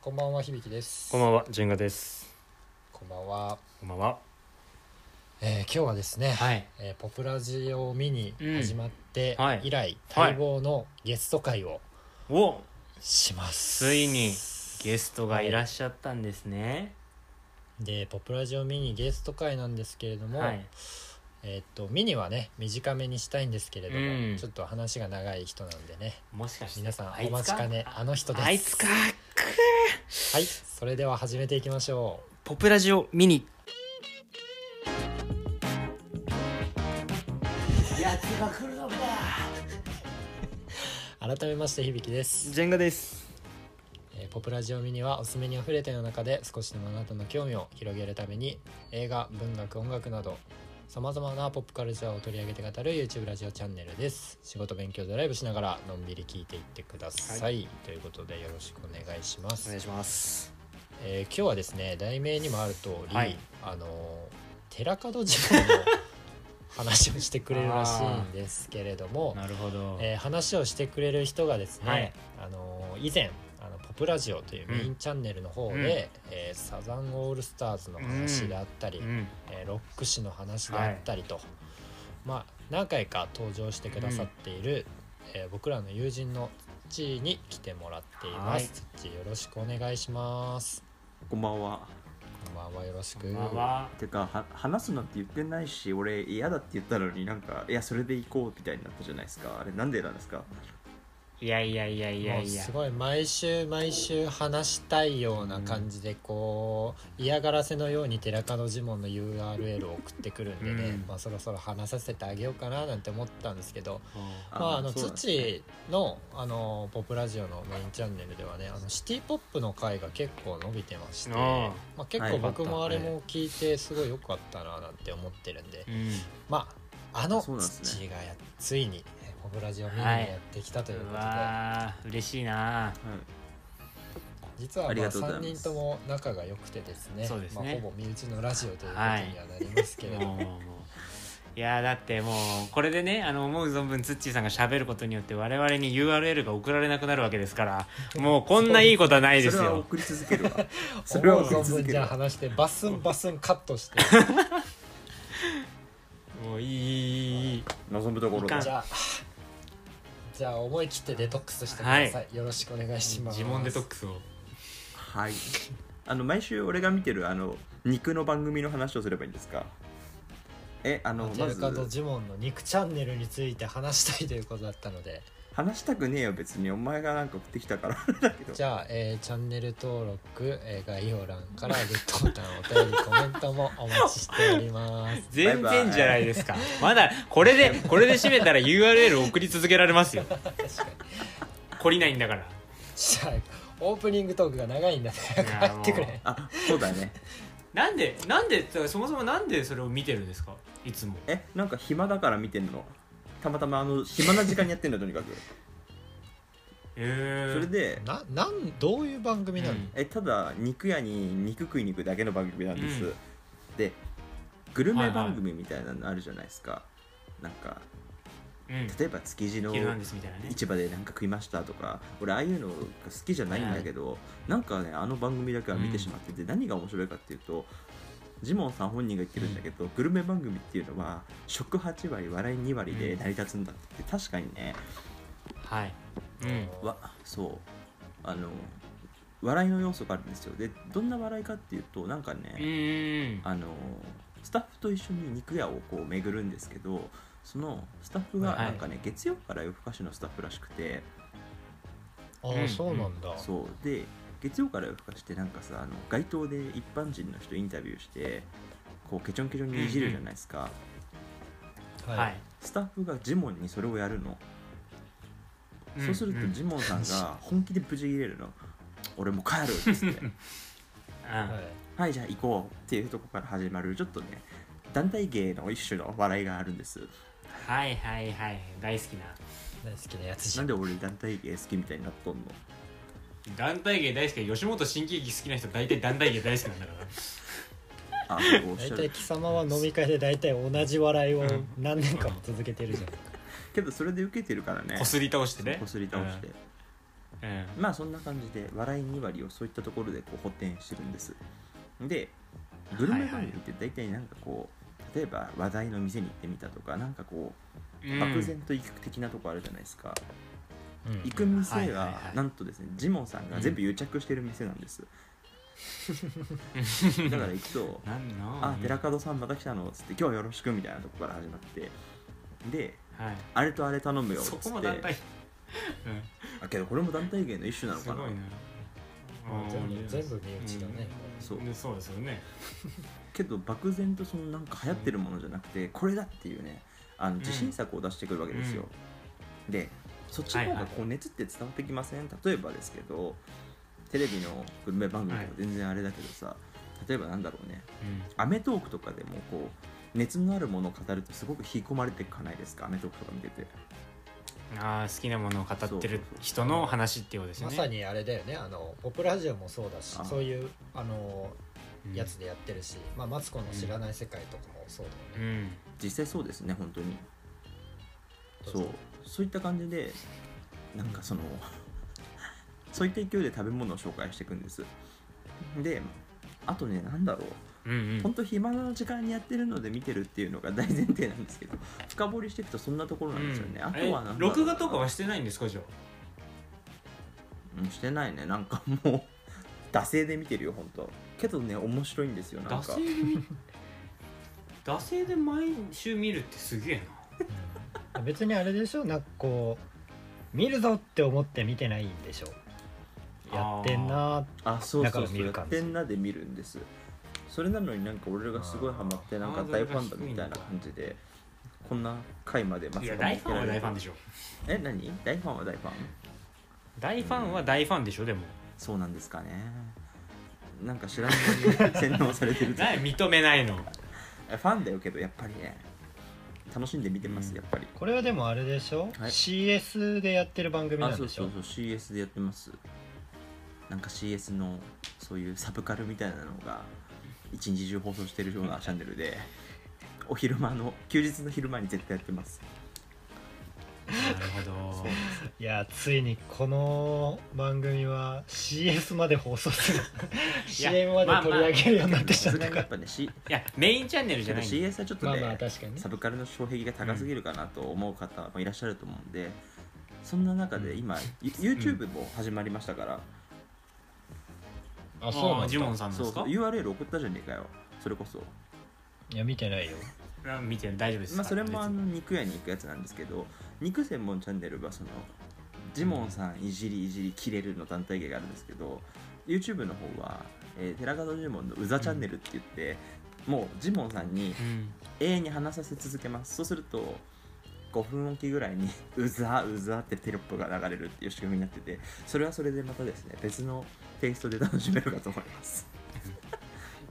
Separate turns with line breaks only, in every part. こんばんは響です
こんばんは、ジェンガです。
こんばんは、
こんばんは。
えー、今日はですね、
はい。
えーポプラジオミニ
うん
始まって
はい
以来、
はい
待望のゲスト会を
お、
します、
ついにゲストがいらっしゃったんですね。
でポプラジオミニゲスト会なんですけれども、
はい。
えーっとミニはね短めにしたいんですけれども、
うん
ちょっと話が長い人なんでね
もしかして
皆さ
あ
ん
い
お
つ
待
か
ちかねあの人です
あいつか。くー
はいそれでは始めていきましょう
ポプラジオミニ。やつが来るのか。
改めまして響です
ジェンガです。
えーポプラジオミニはおすすめにあふれての中で少しでもあなたの興味を広げるために映画文学音楽などさまざまなポップカルチャーを取り上げて語る YouTube ラジオチャンネルです仕事勉強ドライブしながらのんびり聞いていってください、
は
ということでよろしくお願いします、
お願いします。
えー今日はですね題名にもある通り、
はい
あのー寺門事故の話をしてくれるらしいんですけれど も
なるほど。
えー話をしてくれる人がですね、
はい
あのー以前あのポプラジオというメインチャンネルの方で、
うん
えーサザンオールスターズの話であったり、
うん。
えーロック史の話であったりと、まあ、何回か登場してくださっている、えー僕らの友人のツッチーに来てもらっていま
はい
す。ツッチーよろしくお願いします。
こんばんは。
こんばんはよろし
こ
く。
んばんは。
てかは話すなんて言ってないし俺嫌だって言ったのになんかいやそれで行こうみたいになったじゃないですかあれなんでなんですか
いやいやいやいや
もう
いや
す。ごい毎週毎週話したいような感じでこう嫌がらせのように寺門ジモンの URL を送ってくるんでね、
うん
まあ、そろそろ話させてあげようかななんて思ったんですけど、
あ
あ
まあ、あの
そうなんです
土のあのポップラジオのメインチャンネルではねあのシティ・ポップの回が結構伸びてまして、
あ
まあ、結
は
構
い
僕もあれ
よ
も聞いてすごい良かったななんて思ってるんで
ー。うん。
まああの
そうなんです
土
ね
がやついにねポップラジオミニに
はい
やってきたということ
う
で。
わー嬉しいな
実は
あり
まあ
がとうござ
3
います
人とも仲が良くてですね
そうですね
まあ、ほぼ身内のラジオということに
は
はいなりますけれど
も
も、
うもういやーだってもうこれでねあの思う存分ツッチーさんが喋ることによって我々に URL が送られなくなるわけですからもうこんないいことはないです
それは
よ
送り続け るわそれは
思う
送り
存
続
分
け
じ
る
ゃあ
わ
話してバスンバスンカット して
もういいいいいいいい
望むところ
い
だ
じ
か
ゃあじゃあ思い切ってデトックスしてください、よろしくお願いします
自問デトックスを
はいあの毎週俺が見てるあの肉の番組の話をすればいいんですかえあの
ジ
ま
ェルカド
ず
ジモンの肉チャンネルについて話したいということだったので
話したくねえよ別にお前がなんか送ってき たからだけど
じゃあ、えーチャンネル登録、えー概要欄からグッドボタンお便りコメントもお待ちしております
全然じゃないですかまだこれでこれで締めたら URL 送り続けられますよ
確かに
懲りないんだから
じゃあオープニングトークが長いんだから
いや
帰ってくれ
あそうだね
なんでなんでそもそもなんでそれを見てるんですかいつも
えなんか暇だから見てんのたまたまあの暇な時間にやってんだとにかく
えー、
それで
ななんどういう番組なの、
うん
えただ肉屋に肉食いに行くだけの番組なんです、
うん
でグル
はい
メ
はい
番組みたいなのあるじゃないですか、なんか
うん
例えば築地
「
の
ヒルナンデス」みたいなね
市場でなんか食いましたとか俺ああいうのが好きじゃないんだけど、なんかねあの番組だけは見てしまってて、何が面白いかっていうとジモンさん本人が言ってるんだけど、グルメ番組っていうのは食8割笑い2割で成り立つんだって言って確かにね
はい、うん、
わそうあの笑いの要素があるんですよでどんな笑いかっていうとなんかね、
うーん
あのスタッフと一緒に肉屋をこう巡るんですけどそのスタッフが
はい
なんかね、月曜から夜更かしのスタッフらしくて
ああ、
うん
そうなんだ、
そうで月曜から夜更かしってなんかさあの街頭で一般人の人インタビューしてこうケチョンケチョンにいじるじゃないですか、
はい、
スタッフがジモンにそれをやるの、そうすると
ん
ジモンさんが本気でブチ切れるの俺もう帰るっつって
うん
はい
はいじゃあ行こうっていうとこから始まるちょっとね団体芸の一種の笑いがあるんです
はいはいはい大好きな
大好きなやつじゃ
な
ん
んで俺団体芸好きみたいになっとんの
団体芸大好き吉本新喜劇好きな人大体団体芸大好きなんだから
あそうおっ
大
しゃ
体
る
貴様は飲み会で大体同じ笑いを
うん
何年間も続けてるじゃん、
けどそれで受けてるからね
こすり倒してね
こすり倒して、
うん
まあそんな感じで笑い2割をそういったところでこう補填してるんですでグルメ番組って大体なんかこう例えば話題の店に行ってみたとかなんかこう漠然と行く的なとこあるじゃないですか、
うん
行く店は,、
はいはいはい
なんとですねジモンさんが全部癒着してる店なん です、だから行くと
うんなん
「
の
あ寺門さんまた来たの」っつって「今日はよろしく」みたいなとこから始まってで
はい
あれとあれ頼むよっつ
そ
って
こも団体 うん
あけどこれも団体芸の一種なの
す
か
ごい
な
な
まあ全部全部身内だね、
そう
ねそうですよね
けど漠然とそのなんか流行ってるものじゃなくてこれだっていうねあの自信作を出してくるわけですよ、でそっちの
は
方
い
が
はい
こう熱って伝わってきません、例えばですけどテレビのグルメ番組とか全然あれだけどさ、例えばなんだろうね『アメトーーク』とかでもこう熱のあるものを語るとすごく引き込まれていかないですか『アメトーーク』とか見てて
うんああ好きなものを語ってる人の話っていうことですよ
ま
ね
さにあれだよねあのポップラジオもそうだし
あ
そういうあの
うん
やつでやってるし、まあ、マツコの知らない世界とかもそうだ
う
よね、
ん
実際そうですね本当に
ど
そうう
ぞ
そういった感じでなんかそのそういった勢いで食べ物を紹介していくんですであとねなんだろう
うんうん
本当暇な時間にやってるので見てるっていうのが大前提なんですけど深掘りしていくとそんなところなんですよ
う
ね、
ん
あとはなん
え
だろう
録画とかはしてないんですかじゃあ
うんしてないねなんかもう 惰性で見てるよ本当けどね面白いんですよなん
惰
か
性で見惰性で毎週見るってすげえ
うん別にあれでしょなんかこう見るぞって思って見てないんでしょ
な
やってんなーって
あそう
だか
そう
ら
そう
見
や
る感
っ
じ
てんなで見るんですそれなのになんか俺がすごいハマってなんか大ファンだみたいな感じでこんな回までま
いや
さ
大ファンは大ファンで
し
しょ
ょえ何大ファンは大ファン
大ファンは大ファン でしょでも
そうなんですかねなんか知らないに洗脳されてると
な認めないの
えファンだよけどやっぱりね楽しんで見てますやっぱり
これはでもあれでしょ、
はい
CS でやってる番組
あ
なん
そう
でしょ
そうそう CS でやってますなんか CS のそういうサブカルみたいなのが一日中放送してるようなチャンネルで お昼間の休日の昼間に絶対やってます
なるほど
いやついにこの番組は CS まで放送 する CM まで取り上げるようになってきちゃった
それが
か
や
ら
っぱね、C、
いやメインチャンネルじ
ちょ
ゃ
っと
ないの
CS はちょっ と
まあ
ね、
まあ確かにね
サブカルの障壁が高すぎるかなと思う方もいらっしゃると思うんで、そんな中で今、ユ YouTube も始まりましたから、
あ
あージモンさんので
そう
す
そう
か
URL 送ったじゃねえかよそれこそ
いや見て ないよ
あ見てる大丈夫です
まあそれもあ
別に
の肉屋に行くやつなんですけど肉専門チャンネルはそのジモンさんいじりいじり切れるの団体芸があるんですけど YouTube の方は、えー、寺門ジモンのうざチャンネルって言って、もうジモンさんに
うん
永遠に話させ続けますそうすると5分おきぐらいに うざうざってテロップが流れるっていう仕組みになっててそれはそれでまたですね別のテイストで楽しめるかと思い ます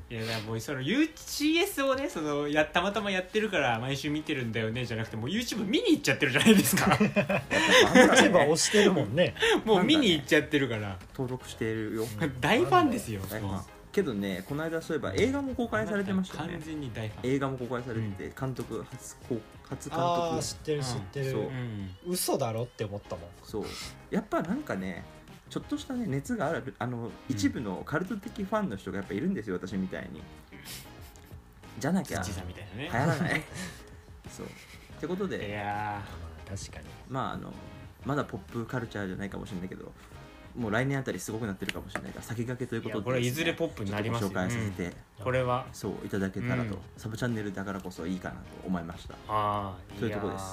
いやだからもうその U- CS をねそのやたまたまやってるから毎週見てるんだよねじゃなくてもう YouTube 見に行っちゃってるじゃないです か
例えば押してるもんね
もう見に行っちゃってるから、
登録してるよ
大ファンですよ
大フ
も
ァン
う
けどねこの間そういえば映画も公開されてましたよね
完全に大ファン
映画も公開されてて監督初こう初 監
ああ
督
知ってる知ってる、
そう
うん
嘘だろって思ったもん
そうやっぱなんかねちょっとしたね熱があるあの一部のカルト的ファンの人がやっぱいるんですよ私みたいにじゃなきゃ
土さんみたいなね
流行らない そうってこと
い
で
や
確かに
まああのまだポップカルチャーじゃないかもしれないけどもう来年あたりすごくなってるかもしれないから先駆けという
ーい
こ
や
とで
これいずれ
ですね
ポップになりますよ、
ちょっとご紹介させ
うん
て、
これは
そういただけたらと、
うん
サブチャンネルだからこそいいかなと思いました
ああ
そういうとこです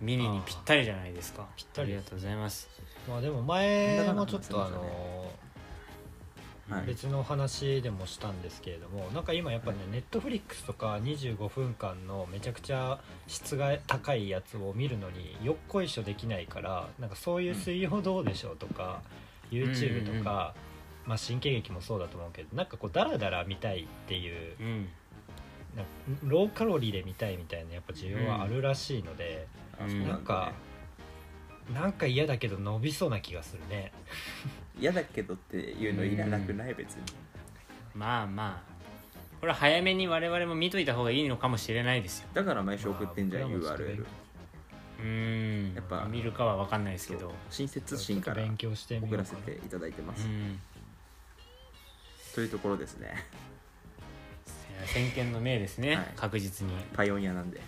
ミニにぴったりじゃないですかぴった
り
ありがとうございます
まあでも前もちょっ
こ
とあ
んな感じになってま
の
はい
別の話でもしたんですけれどもなんか今やっぱねネットフリックスとか25分間のめちゃくちゃ質が高いやつを見るのによっこいしょできないからなんかそういう「水曜どうでしょう」とか YouTube とか、まあ、新喜劇もそうだと思うけどなんかこうダラダラ見たいっていう
うん
なんかローカロリーで見たいみたいなやっぱ需要はあるらしいので、
あそう
うん
だ
なんかなんか嫌だけど伸びそうな気がするね。
嫌だけどっていうのいらなくない別に
まあまあこれは早めに我々も見といた方がいいのかもしれないですよ
だから毎週送ってんじゃん
まあ僕らもちょっと
URL
勉
うん
やっぱ
見るかは分かんないですけど
親切心から
勉強してみよ
送
う
ら
か
せ
な
ていただいてま
う
す、
ん
というところですね
いや先見の明ですね、
はい
確実に
パイオニアなんで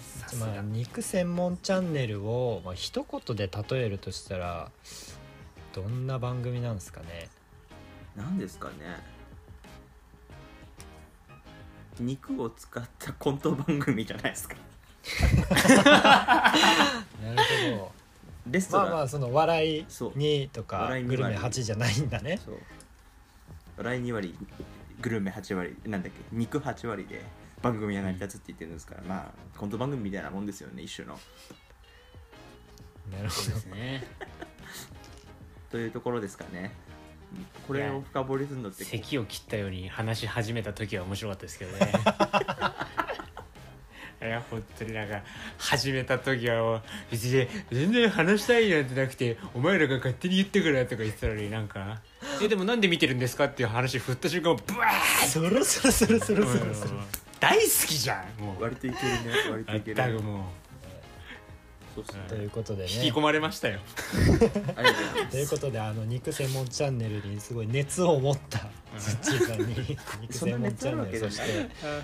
さす
ま
が
あ、肉専門チャンネルを、まあ、一言で例えるとしたらどんな番組なんですかね
何ですかね肉を使ったコント番組じゃないですか
なるほ
レスト
ど ま
ラン、
あまあその笑い
そう
にとか
笑いに
グルメ
割
8じゃないんだね
そう来2割グルメ8割なんだっけ肉8割で番組が成り立つって言ってるんですから、まあコント番組みたいなもんですよね一種の
なるほ
そうですね
というところですかねこれを深掘りするのって
咳を切ったように話し始めた時は面白かったですけど ねいや本当になんか始めた時はもう別に全然話したいなんてなくてお前らが勝手に言ってくれとか言ってたのになんか「えでもなんで見てるんですか?」っていう話振った瞬間ブワー
どそろそろそろそろそろそろ
もう大好きじゃんもう
割といけるね割と
あ
い
っ
け
た
る
くもう
そうっすね
ということでね
引き込まれましたよ
ありがとうございま
ということであの肉専門チャンネルにすごい熱を持ったツッチーさんに肉
すそん
専門
な
チ
熱あ
ャ
る
ン
わ
ネ
け
ル
じ
そ
ゃな
し
い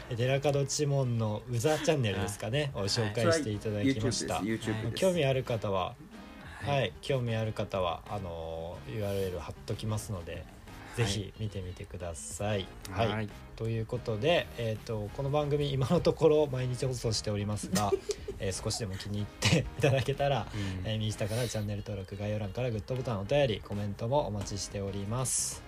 て寺門知門のウザチャンネルですかねを紹介していただきました
YouTube です YouTube です
興味ある方ははい、
い
興味ある方はあの URL 貼っときますので、ぜひ見てみてください。はい、
はい
ということで、えー、とこの番組今のところ毎日放送しておりますが、えー少しでも気に入っていただけたら、
うん
えー右下からチャンネル登録概要欄からグッドボタンお便りコメントもお待ちしております。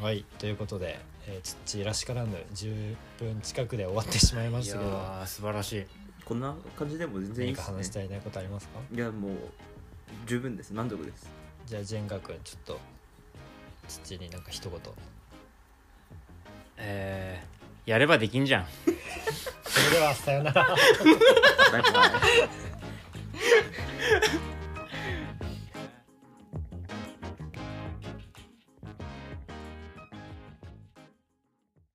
はいということで、えー、ちっちーらしからぬ10分近くで終わってしまいま
い
し
や
たけど
ー素晴らしい
こんな感じでも全然いい
何
で
か
すね
話したいないことありますか
いやもう十分です満足です
じゃあジェンガ君ちょっと土になんか一言そ
えーやればできんじゃん
れではさよなら
バイバイ